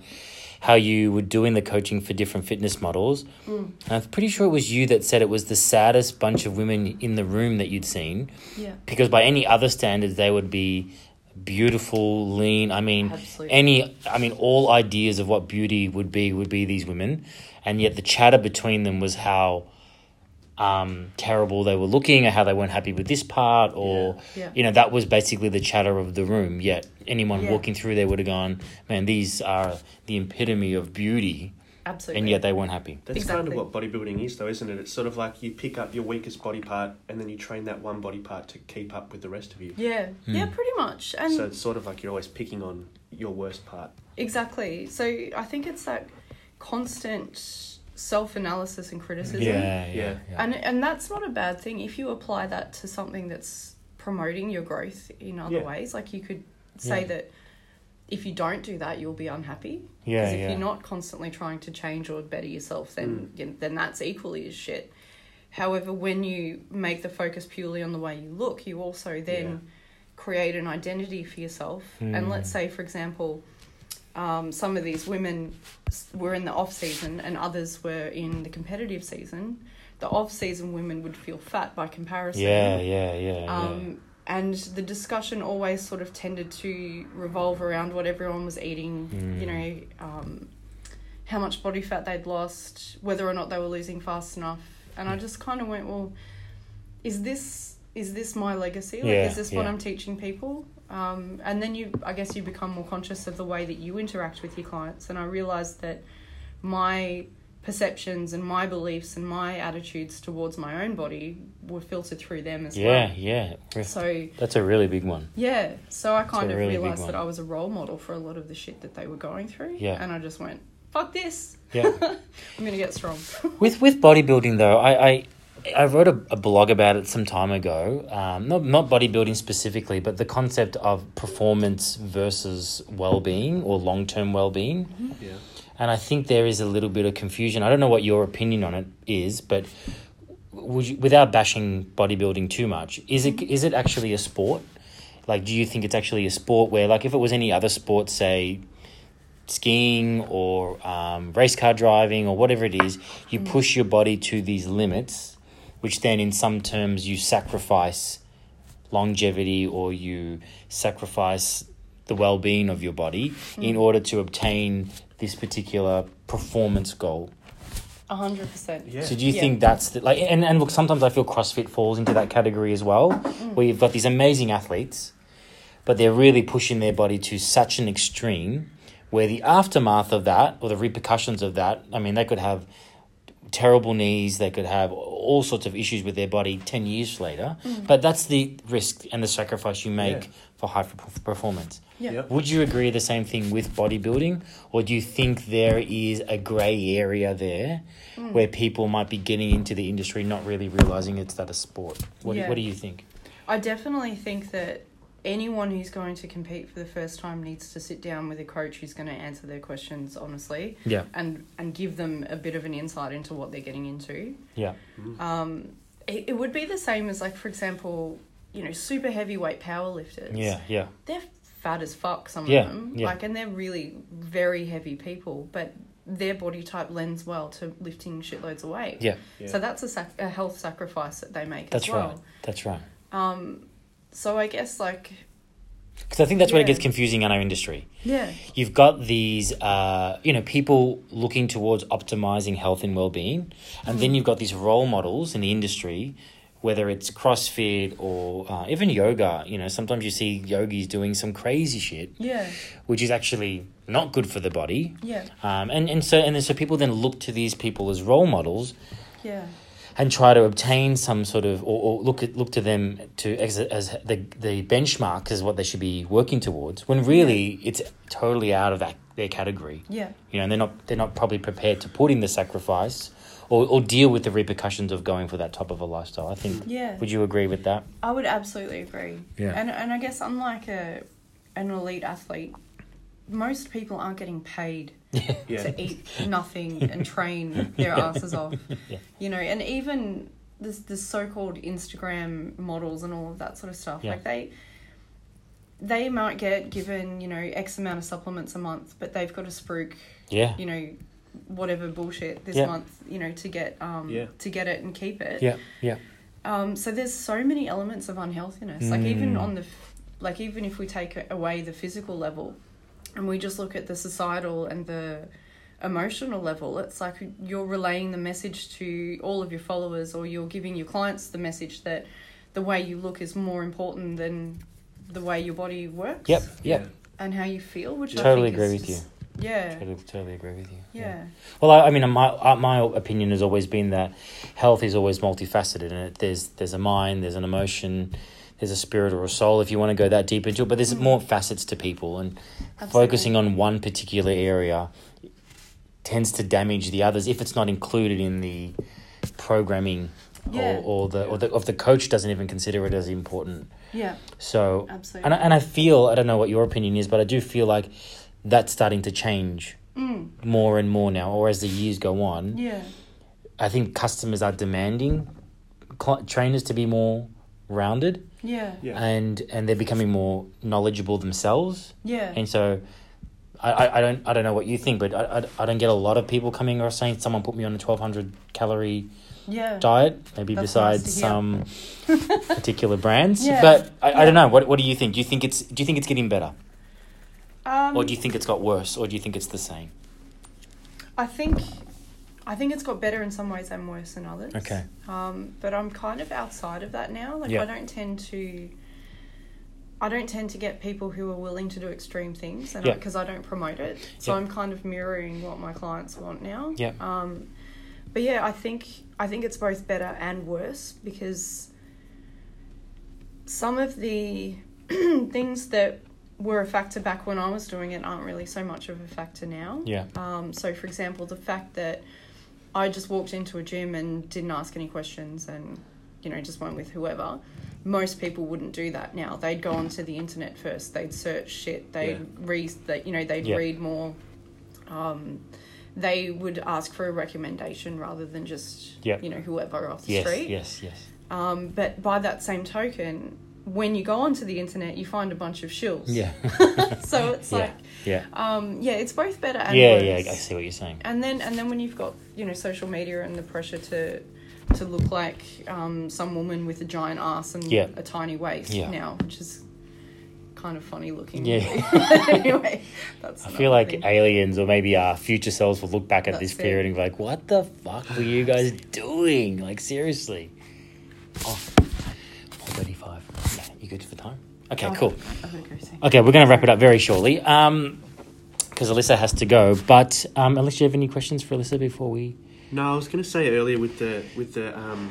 [SPEAKER 1] how you were doing the coaching for different fitness models. And I'm pretty sure it was you that said it was the saddest bunch of women in the room that you'd seen
[SPEAKER 4] Yeah.
[SPEAKER 1] because by any other standards they would be beautiful lean i mean
[SPEAKER 4] Absolutely.
[SPEAKER 1] any i mean all ideas of what beauty would be would be these women and yet the chatter between them was how um, terrible they were looking or how they weren't happy with this part or
[SPEAKER 4] Yeah, yeah.
[SPEAKER 1] you know that was basically the chatter of the room yet anyone
[SPEAKER 4] Yeah.
[SPEAKER 1] walking through there would have gone man these are the epitome of beauty
[SPEAKER 4] Absolutely.
[SPEAKER 1] and yet they weren't happy
[SPEAKER 2] That's
[SPEAKER 3] Exactly.
[SPEAKER 2] kind of what bodybuilding is, though, isn't it? It's sort of like you pick up your weakest body part and then you train that one body part to keep up with the rest of you.
[SPEAKER 4] Yeah. Yeah,
[SPEAKER 1] Hmm.
[SPEAKER 4] pretty much. And
[SPEAKER 2] so it's sort of like you're always picking on your worst part.
[SPEAKER 3] Exactly. So I think it's that constant self analysis and criticism.
[SPEAKER 1] yeah yeah,
[SPEAKER 2] Yeah.
[SPEAKER 1] yeah.
[SPEAKER 3] And and that's not a bad thing if you apply that to something that's promoting your growth in other
[SPEAKER 2] Yeah.
[SPEAKER 3] ways. Like you could say
[SPEAKER 1] Yeah.
[SPEAKER 3] that if you don't do that, you'll be unhappy.
[SPEAKER 1] Yeah,
[SPEAKER 3] Because if
[SPEAKER 1] yeah. Mm.
[SPEAKER 3] you're not constantly trying to change or better yourself, then you know, then that's equally as shit. However, when you make the focus purely on the way you look, you also then
[SPEAKER 2] Yeah.
[SPEAKER 3] create an identity for yourself.
[SPEAKER 1] Mm.
[SPEAKER 3] And let's say, for example, um, some of these women s- were in the off season and others were in the competitive season. The off season women would feel fat by comparison.
[SPEAKER 1] yeah yeah yeah yeah.
[SPEAKER 3] Um, and the discussion always sort of tended to revolve around what everyone was eating,
[SPEAKER 1] Mm.
[SPEAKER 3] you know, um, how much body fat they'd lost, whether or not they were losing fast enough. And I just kind of went, well, is this is this my legacy? Like,
[SPEAKER 1] Yeah,
[SPEAKER 3] is this what
[SPEAKER 1] yeah.
[SPEAKER 3] I'm teaching people? Um, and then you, I guess, you become more conscious of the way that you interact with your clients. And I realized that my perceptions and my beliefs and my attitudes towards my own body were filtered through them as well.
[SPEAKER 1] yeah yeah
[SPEAKER 3] So
[SPEAKER 1] that's a really big one
[SPEAKER 3] yeah, so I kind
[SPEAKER 1] a
[SPEAKER 3] of
[SPEAKER 1] really big
[SPEAKER 3] realized that
[SPEAKER 1] one.
[SPEAKER 3] I was a role model for a lot of the shit that they were going through.
[SPEAKER 1] Yeah.
[SPEAKER 3] and I just went, "Fuck this!
[SPEAKER 1] yeah
[SPEAKER 3] I'm gonna get strong."
[SPEAKER 1] With with bodybuilding though, I I, I wrote a, a blog about it some time ago. Um, not not bodybuilding specifically, but the concept of performance versus well being or long term well being.
[SPEAKER 2] Yeah.
[SPEAKER 1] And I think there is a little bit of confusion. I don't know what your opinion on it is, but would you, without bashing bodybuilding too much, is it is it actually a sport? Like, do you think it's actually a sport where, like, if it was any other sport, say skiing or um, race car driving or whatever it is, you push your body to these limits, which then, in some terms, you sacrifice longevity or you sacrifice the well-being of your body in order to obtain this particular performance goal.
[SPEAKER 3] A hundred percent.
[SPEAKER 2] Yeah.
[SPEAKER 1] So do you
[SPEAKER 3] Yeah.
[SPEAKER 1] think that's the, like and, and look sometimes I feel CrossFit falls into that category as well where you've got these amazing athletes but they're really pushing their body to such an extreme where the aftermath of that or the repercussions of that I mean they could have terrible knees they could have all sorts of issues with their body 10 years later but that's the risk and the sacrifice you make
[SPEAKER 2] Yeah.
[SPEAKER 1] for high perf- performance
[SPEAKER 3] Yeah.
[SPEAKER 2] Yep.
[SPEAKER 1] would you agree the same thing with bodybuilding, or do you think there is a grey area there
[SPEAKER 3] Hmm.
[SPEAKER 1] where people might be getting into the industry not really realizing it's that a sport? What, do,
[SPEAKER 3] Yeah.
[SPEAKER 1] what do you think?
[SPEAKER 3] I definitely think that anyone who's going to compete for the first time needs to sit down with a coach who's going to answer their questions honestly
[SPEAKER 1] Yeah,
[SPEAKER 3] and and give them a bit of an insight into what they're getting into.
[SPEAKER 1] yeah,
[SPEAKER 3] Um, it, it would be the same as like, for example, you know, super heavyweight powerlifters.
[SPEAKER 1] yeah, yeah,
[SPEAKER 3] they're fat as fuck some
[SPEAKER 1] Yeah,
[SPEAKER 3] of them
[SPEAKER 1] yeah.
[SPEAKER 3] like and they're really very heavy people but their body type lends well to lifting shitloads of weight
[SPEAKER 1] yeah.
[SPEAKER 2] Yeah.
[SPEAKER 3] so that's a, sac- a health sacrifice that they make
[SPEAKER 1] That's
[SPEAKER 3] as
[SPEAKER 1] right.
[SPEAKER 3] well
[SPEAKER 1] That's right.
[SPEAKER 3] um so i guess like
[SPEAKER 1] Because I think that's where it
[SPEAKER 3] Yeah.
[SPEAKER 1] gets confusing in our industry.
[SPEAKER 3] yeah
[SPEAKER 1] you've got these uh, you know people looking towards optimizing health and well-being and
[SPEAKER 3] Hmm.
[SPEAKER 1] then you've got these role models in the industry whether it's crossfit or uh, even yoga you know sometimes you see yogis doing some crazy shit
[SPEAKER 3] yeah
[SPEAKER 1] which is actually not good for the body
[SPEAKER 3] yeah
[SPEAKER 1] um, and, and so and then so people then look to these people as role models
[SPEAKER 3] yeah
[SPEAKER 1] and try to obtain some sort of or, or look at look to them to as, as the the benchmark is what they should be working towards when really it's totally out of that their category
[SPEAKER 3] yeah
[SPEAKER 1] you know and they're not they're not probably prepared to put in the sacrifice or, or deal with the repercussions of going for that type of a lifestyle i think
[SPEAKER 3] yeah
[SPEAKER 1] would you agree with that
[SPEAKER 3] I would absolutely agree.
[SPEAKER 1] Yeah.
[SPEAKER 3] And and I guess unlike a an elite athlete, most people aren't getting paid
[SPEAKER 2] Yeah.
[SPEAKER 3] to eat nothing and train their asses off. You know, and even this the so called Instagram models and all of that sort of stuff.
[SPEAKER 1] Yeah.
[SPEAKER 3] Like they they might get given, you know, X amount of supplements a month, but they've got to spruik,
[SPEAKER 1] Yeah.
[SPEAKER 3] you know, whatever bullshit this
[SPEAKER 1] Yeah.
[SPEAKER 3] month, you know, to get um
[SPEAKER 2] Yeah.
[SPEAKER 3] to get it and keep it.
[SPEAKER 1] Yeah. Yeah.
[SPEAKER 3] Um, so there's so many elements of unhealthiness. Like even
[SPEAKER 1] Mm.
[SPEAKER 3] on the, f- like even if we take a- away the physical level, and we just look at the societal and the emotional level, it's like you're relaying the message to all of your followers, or you're giving your clients the message that the way you look is more important than the way your body works.
[SPEAKER 1] Yep. Yep.
[SPEAKER 3] And how you feel, which
[SPEAKER 1] Totally
[SPEAKER 3] I think
[SPEAKER 1] agree
[SPEAKER 3] is
[SPEAKER 1] with
[SPEAKER 3] just- Yeah.
[SPEAKER 1] Totally, totally agree with you.
[SPEAKER 3] Yeah.
[SPEAKER 1] Well, I, I mean, my uh, my opinion has always been that health is always multifaceted, and it, there's there's a mind, there's an emotion, there's a spirit or a soul if you want to go that deep into it. But there's more facets to people, and
[SPEAKER 3] Absolutely.
[SPEAKER 1] focusing on one particular area tends to damage the others if it's not included in the programming.
[SPEAKER 3] Yeah.
[SPEAKER 1] Or, or the or the if the coach doesn't even consider it as important.
[SPEAKER 3] Yeah.
[SPEAKER 1] So
[SPEAKER 3] Absolutely.
[SPEAKER 1] and I, and I feel I don't know what your opinion is, but I do feel like that's starting to change more and more now. Or as the years go on,
[SPEAKER 3] Mm. Yeah.
[SPEAKER 1] I think customers are demanding cl- trainers to be more rounded
[SPEAKER 3] Yeah. Yeah.
[SPEAKER 2] Yeah.
[SPEAKER 1] and and they're becoming more knowledgeable themselves.
[SPEAKER 3] Yeah.
[SPEAKER 1] And so, I, I, I don't I don't know what you think, but I, I, I don't get a lot of people coming or saying someone put me on a twelve hundred calorie diet, maybe
[SPEAKER 3] That's
[SPEAKER 1] besides
[SPEAKER 3] nice to hear.
[SPEAKER 1] some particular brands.
[SPEAKER 3] Yeah.
[SPEAKER 1] But I, I
[SPEAKER 3] Yeah.
[SPEAKER 1] don't know. What, what do you think? Do you think it's do you think it's getting better,
[SPEAKER 3] Um,
[SPEAKER 1] or do you think it's got worse, or do you think it's the same?
[SPEAKER 3] I think I think it's got better in some ways and worse in others.
[SPEAKER 1] Okay.
[SPEAKER 3] Um, but I'm kind of outside of that now. Like
[SPEAKER 1] Yeah.
[SPEAKER 3] I don't tend to I don't tend to get people who are willing to do extreme things and
[SPEAKER 1] Yeah.
[SPEAKER 3] because I, don't promote it. So
[SPEAKER 1] Yeah.
[SPEAKER 3] I'm kind of mirroring what my clients want now.
[SPEAKER 1] Yeah.
[SPEAKER 3] Um but yeah, I think I think it's both better and worse because some of the things that were a factor back when I was doing it aren't really so much of a factor now.
[SPEAKER 1] Yeah.
[SPEAKER 3] Um, so, for example, the fact that I just walked into a gym and didn't ask any questions and, you know, just went with whoever, most people wouldn't do that now. They'd go onto the internet first, they'd search shit, they'd
[SPEAKER 2] Yeah.
[SPEAKER 3] read, they, you know, they'd
[SPEAKER 1] Yeah.
[SPEAKER 3] read more. Um, they would ask for a recommendation rather than just,
[SPEAKER 1] Yeah.
[SPEAKER 3] you know, whoever off the
[SPEAKER 1] Yes,
[SPEAKER 3] street.
[SPEAKER 1] yes, yes.
[SPEAKER 3] Um, but by that same token, when you go onto the internet, you find a bunch of shills.
[SPEAKER 1] Yeah,
[SPEAKER 3] so it's
[SPEAKER 1] yeah,
[SPEAKER 3] like,
[SPEAKER 1] yeah,
[SPEAKER 3] um, yeah, it's both better and
[SPEAKER 1] yeah,
[SPEAKER 3] worse.
[SPEAKER 1] yeah. I see what you're saying.
[SPEAKER 3] And then and then when you've got you know social media and the pressure to to look like um, some woman with a giant ass and
[SPEAKER 1] Yeah.
[SPEAKER 3] a tiny waist
[SPEAKER 1] Yeah.
[SPEAKER 3] now, which is kind of funny looking.
[SPEAKER 1] Yeah.
[SPEAKER 3] anyway, that's.
[SPEAKER 1] I feel like aliens or maybe our future selves will look back at this
[SPEAKER 3] That's it.
[SPEAKER 1] period and be like, what the fuck were you guys doing? Like, seriously. Oh, 435. Yeah, you good for time? Okay,
[SPEAKER 3] Oh,
[SPEAKER 1] cool.
[SPEAKER 3] I'm gonna go see.
[SPEAKER 1] Okay, we're going to wrap it up very shortly Um 'cause because Alyssa has to go. But um, Alyssa, do you have any questions for Alyssa before we.
[SPEAKER 2] No, I was going to say earlier with the with the um,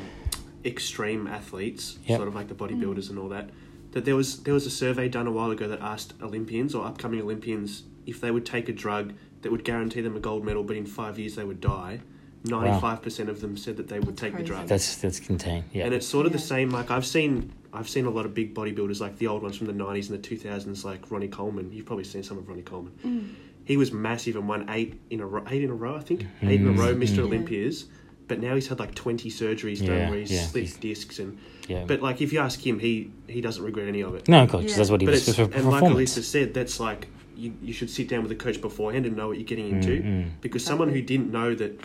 [SPEAKER 2] extreme athletes,
[SPEAKER 1] Yep.
[SPEAKER 2] sort of like the bodybuilders and all that, that there was there was a survey done a while ago that asked Olympians or upcoming Olympians if they would take a drug that would guarantee them a gold medal, but in five years they would die. Ninety five percent of them said that they would take the
[SPEAKER 3] crazy.
[SPEAKER 2] drug.
[SPEAKER 1] That's, that's contained. Yeah.
[SPEAKER 2] And it's sort of the
[SPEAKER 3] Yeah.
[SPEAKER 2] same. Like I've seen, I've seen a lot of big bodybuilders, like the old ones from the '90s and the 2000s, like Ronnie Coleman. You've probably seen some of Ronnie Coleman. He was massive and won eight in a row, eight in a row, I think,
[SPEAKER 1] Mm.
[SPEAKER 2] eight in a row, Mr. Olympias. But now he's had like 20 surgeries done
[SPEAKER 1] Yeah,
[SPEAKER 2] where he's
[SPEAKER 1] yeah,
[SPEAKER 2] slit
[SPEAKER 1] he's-
[SPEAKER 2] discs and.
[SPEAKER 1] yeah.
[SPEAKER 2] But like, if you ask him, he he doesn't regret any of it.
[SPEAKER 1] no, of course, 'cause
[SPEAKER 4] Yeah.
[SPEAKER 1] that's what he
[SPEAKER 2] But
[SPEAKER 1] was
[SPEAKER 2] it's
[SPEAKER 1] for
[SPEAKER 2] and like
[SPEAKER 1] performance.
[SPEAKER 2] Elisa said, that's like you, you should sit down with a coach beforehand and know what you're getting
[SPEAKER 1] Mm,
[SPEAKER 2] into. Because someone who didn't know that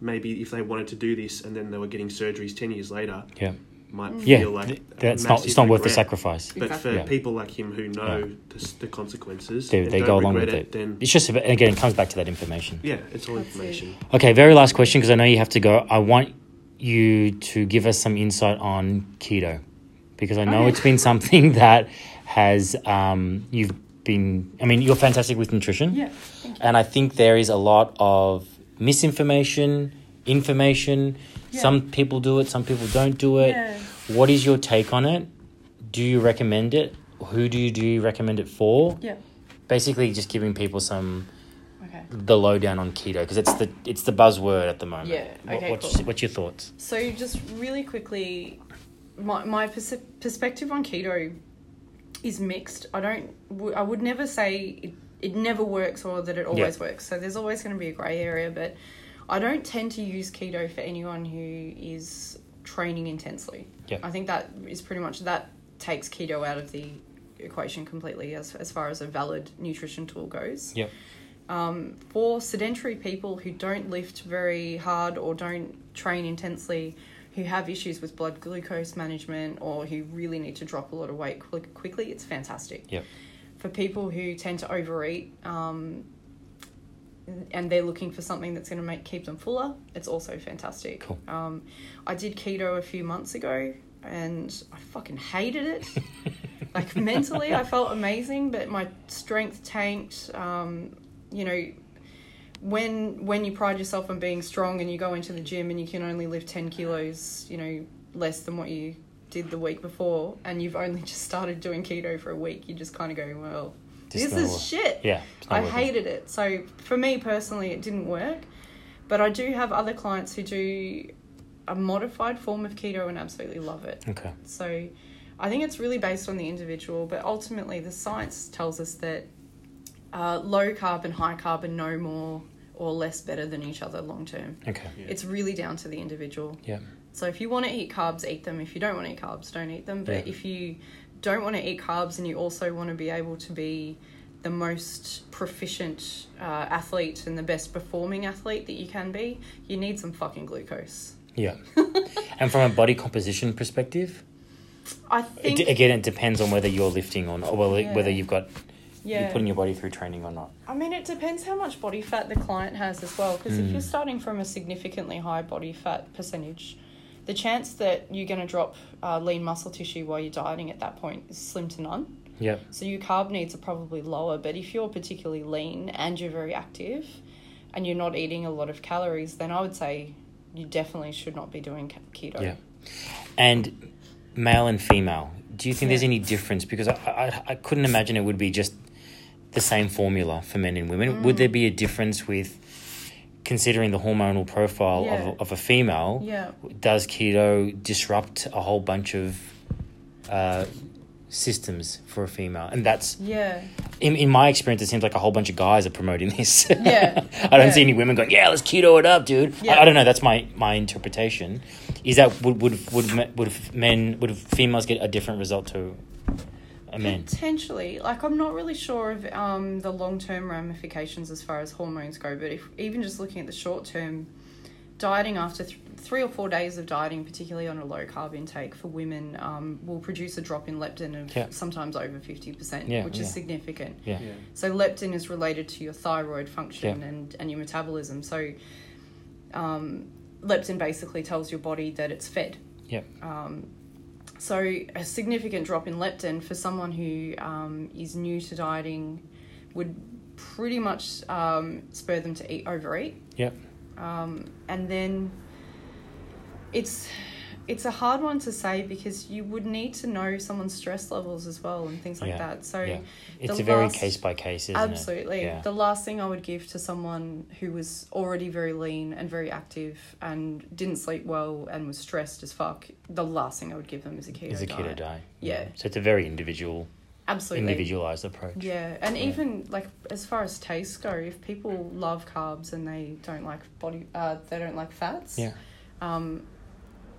[SPEAKER 2] maybe if they wanted to do this and then they were getting surgeries ten years later,
[SPEAKER 1] yeah.
[SPEAKER 2] might
[SPEAKER 3] Mm.
[SPEAKER 1] Yeah.
[SPEAKER 2] feel like
[SPEAKER 1] th-
[SPEAKER 2] a
[SPEAKER 1] that's not, it's not
[SPEAKER 2] massive
[SPEAKER 1] worth the
[SPEAKER 2] regret.
[SPEAKER 1] sacrifice.
[SPEAKER 2] But for
[SPEAKER 1] Yeah.
[SPEAKER 2] people like him who know
[SPEAKER 1] Yeah.
[SPEAKER 2] the, s- the consequences,
[SPEAKER 1] They,
[SPEAKER 2] and
[SPEAKER 1] they
[SPEAKER 2] don't
[SPEAKER 1] go along with
[SPEAKER 2] regret
[SPEAKER 1] it.
[SPEAKER 2] Then
[SPEAKER 1] It's just, about- again, it comes back to that information.
[SPEAKER 2] yeah, it's all
[SPEAKER 3] That's it.
[SPEAKER 2] information.
[SPEAKER 1] Okay, very last question because I know you have to go. I want you to give us some insight on keto because I know
[SPEAKER 3] Okay.
[SPEAKER 1] it's been something that has um, you've been. I mean, you're fantastic with nutrition,
[SPEAKER 3] Yeah.
[SPEAKER 1] and I think there is a lot of misinformation, information.
[SPEAKER 3] Yeah.
[SPEAKER 1] Some people do it, some people don't do it.
[SPEAKER 3] Yeah.
[SPEAKER 1] What is your take on it? Do you recommend it? Who do you do you recommend it for?
[SPEAKER 3] Yeah.
[SPEAKER 1] Basically, just giving people some
[SPEAKER 3] Okay.
[SPEAKER 1] the lowdown on keto because it's the it's the buzzword at the moment.
[SPEAKER 3] Yeah,
[SPEAKER 1] What-
[SPEAKER 3] okay,
[SPEAKER 1] what's,
[SPEAKER 3] cool.
[SPEAKER 1] what's your thoughts?
[SPEAKER 3] So just really quickly, my my pers- perspective on keto is mixed. I don't. W- I would never say it, it never works or that it always works. So there's always going to be a grey area. But I don't tend to use keto for anyone who is training intensely.
[SPEAKER 1] Yeah.
[SPEAKER 3] I think that is pretty much that takes keto out of the equation completely as, as far as a valid nutrition tool goes.
[SPEAKER 1] Yep.
[SPEAKER 3] Um, for sedentary people who don't lift very hard or don't train intensely, who have issues with blood glucose management or who really need to drop a lot of weight quick, quickly, it's fantastic.
[SPEAKER 1] Yep.
[SPEAKER 3] For people who tend to overeat um, and they're looking for something that's going to make keep them fuller, it's also fantastic.
[SPEAKER 1] Cool.
[SPEAKER 3] Um, I did keto a few months ago and I fucking hated it. like mentally, I felt amazing, but my strength tanked. Um, you know, when when you pride yourself on being strong and you go into the gym and you can only lift ten kilos, you know, less than what you did the week before, and you've only just started doing keto for a week, you just kind of go, well,
[SPEAKER 1] Just
[SPEAKER 3] this
[SPEAKER 1] not
[SPEAKER 3] is
[SPEAKER 1] work-
[SPEAKER 3] shit.
[SPEAKER 1] Yeah. it's not
[SPEAKER 3] I
[SPEAKER 1] working.
[SPEAKER 3] hated it. So for me personally, it didn't work. But I do have other clients who do a modified form of keto and absolutely love it.
[SPEAKER 1] Okay.
[SPEAKER 3] So I think it's really based on the individual, but ultimately the science tells us that uh, low carb and high carb are no more or less better than each other long term.
[SPEAKER 1] Okay.
[SPEAKER 2] Yeah.
[SPEAKER 3] It's really down to the individual.
[SPEAKER 1] Yeah.
[SPEAKER 3] So if you want to eat carbs, eat them. If you don't want to eat carbs, don't eat them. But
[SPEAKER 1] Yeah.
[SPEAKER 3] if you don't want to eat carbs and you also want to be able to be the most proficient uh, athlete and the best performing athlete that you can be, you need some fucking glucose.
[SPEAKER 1] Yeah. and from a body composition perspective,
[SPEAKER 3] I
[SPEAKER 1] it,
[SPEAKER 3] think
[SPEAKER 1] d- again, it depends on whether you're lifting or not, or whether,
[SPEAKER 3] Yeah.
[SPEAKER 1] whether you've got
[SPEAKER 3] yeah.
[SPEAKER 1] you're putting your body through training or not.
[SPEAKER 3] I mean, it depends how much body fat the client has as well. Because if you're starting from a significantly high body fat percentage, the chance that you're going to drop uh, lean muscle tissue while you're dieting at that point is slim to none.
[SPEAKER 1] Yep.
[SPEAKER 3] So your carb needs are probably lower, but if you're particularly lean and you're very active and you're not eating a lot of calories, then I would say you definitely should not be doing ke- keto.
[SPEAKER 1] Yeah. And male and female, do you think there's
[SPEAKER 3] Yeah.
[SPEAKER 1] any difference? Because I, I, I couldn't imagine it would be just the same formula for men and women. Would there be a difference with considering the hormonal profile
[SPEAKER 3] Yeah.
[SPEAKER 1] of, of a female?
[SPEAKER 3] Yeah.
[SPEAKER 1] Does keto disrupt a whole bunch of uh, systems for a female? And that's,
[SPEAKER 3] Yeah.
[SPEAKER 1] in, in my experience, it seems like a whole bunch of guys are promoting this.
[SPEAKER 3] Yeah.
[SPEAKER 1] I don't
[SPEAKER 3] Yeah.
[SPEAKER 1] see any women going, yeah, let's keto it up, dude. I,
[SPEAKER 3] Yeah.
[SPEAKER 1] I don't know. That's my, my interpretation. Is that would would would me- would men would females get a different result to a man?
[SPEAKER 3] Potentially, like I'm not really sure of um, the long term ramifications as far as hormones go, but if even just looking at the short term, dieting after th- three or four days of dieting, particularly on a low carb intake for women, um, will produce a drop in leptin of
[SPEAKER 1] Yeah.
[SPEAKER 3] sometimes over fifty percent,
[SPEAKER 1] Yeah,
[SPEAKER 3] which
[SPEAKER 1] yeah.
[SPEAKER 3] is significant.
[SPEAKER 1] Yeah.
[SPEAKER 2] Yeah.
[SPEAKER 3] So leptin is related to your thyroid function
[SPEAKER 1] Yeah.
[SPEAKER 3] and, and your metabolism. So um, leptin basically tells your body that it's fed.
[SPEAKER 1] Yeah.
[SPEAKER 3] Um, so a significant drop in leptin for someone who um, is new to dieting would pretty much um, spur them to eat overeat.
[SPEAKER 1] Yeah.
[SPEAKER 3] Um, and then it's it's a hard one to say because you would need to know someone's stress levels as well and things like
[SPEAKER 1] Yeah,
[SPEAKER 3] that. So
[SPEAKER 1] yeah. It's
[SPEAKER 3] the
[SPEAKER 1] a very
[SPEAKER 3] last-
[SPEAKER 1] case by case, isn't it?
[SPEAKER 3] Absolutely.
[SPEAKER 1] Yeah.
[SPEAKER 3] The last thing I would give to someone who was already very lean and very active and didn't sleep well and was stressed as fuck, the last thing I would give them is a keto
[SPEAKER 1] It's a keto
[SPEAKER 3] diet.
[SPEAKER 1] diet.
[SPEAKER 3] Yeah.
[SPEAKER 1] So it's a very individual,
[SPEAKER 3] Absolutely.
[SPEAKER 1] individualized approach.
[SPEAKER 3] Yeah, and
[SPEAKER 1] Yeah.
[SPEAKER 3] even like as far as tastes go, if people love carbs and they don't like body, uh, they don't like fats.
[SPEAKER 1] Yeah.
[SPEAKER 3] Um,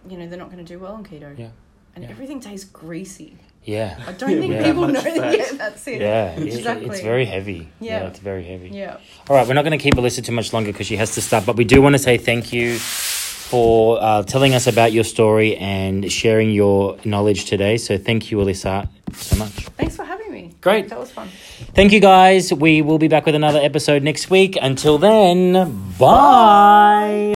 [SPEAKER 3] you know they're not going to do well on keto.
[SPEAKER 1] Yeah.
[SPEAKER 3] And
[SPEAKER 1] Yeah.
[SPEAKER 3] everything tastes greasy.
[SPEAKER 1] Yeah.
[SPEAKER 3] I don't think
[SPEAKER 1] Yeah.
[SPEAKER 3] people
[SPEAKER 2] Much
[SPEAKER 3] know.
[SPEAKER 2] fat.
[SPEAKER 3] Yeah, that's it.
[SPEAKER 1] Yeah, it-
[SPEAKER 3] Exactly.
[SPEAKER 1] it's very heavy. Yeah.
[SPEAKER 3] Yeah.
[SPEAKER 1] it's very heavy.
[SPEAKER 3] Yeah.
[SPEAKER 1] All right, we're not going to keep Alyssa too much longer because she has to start, but we do want to say thank you for uh, telling us about your story and sharing your knowledge today. So thank you, Alyssa, so much.
[SPEAKER 3] Thanks for having me.
[SPEAKER 1] Great.
[SPEAKER 3] That was fun.
[SPEAKER 1] Thank you, guys. We will be back with another episode next week. Until then, bye.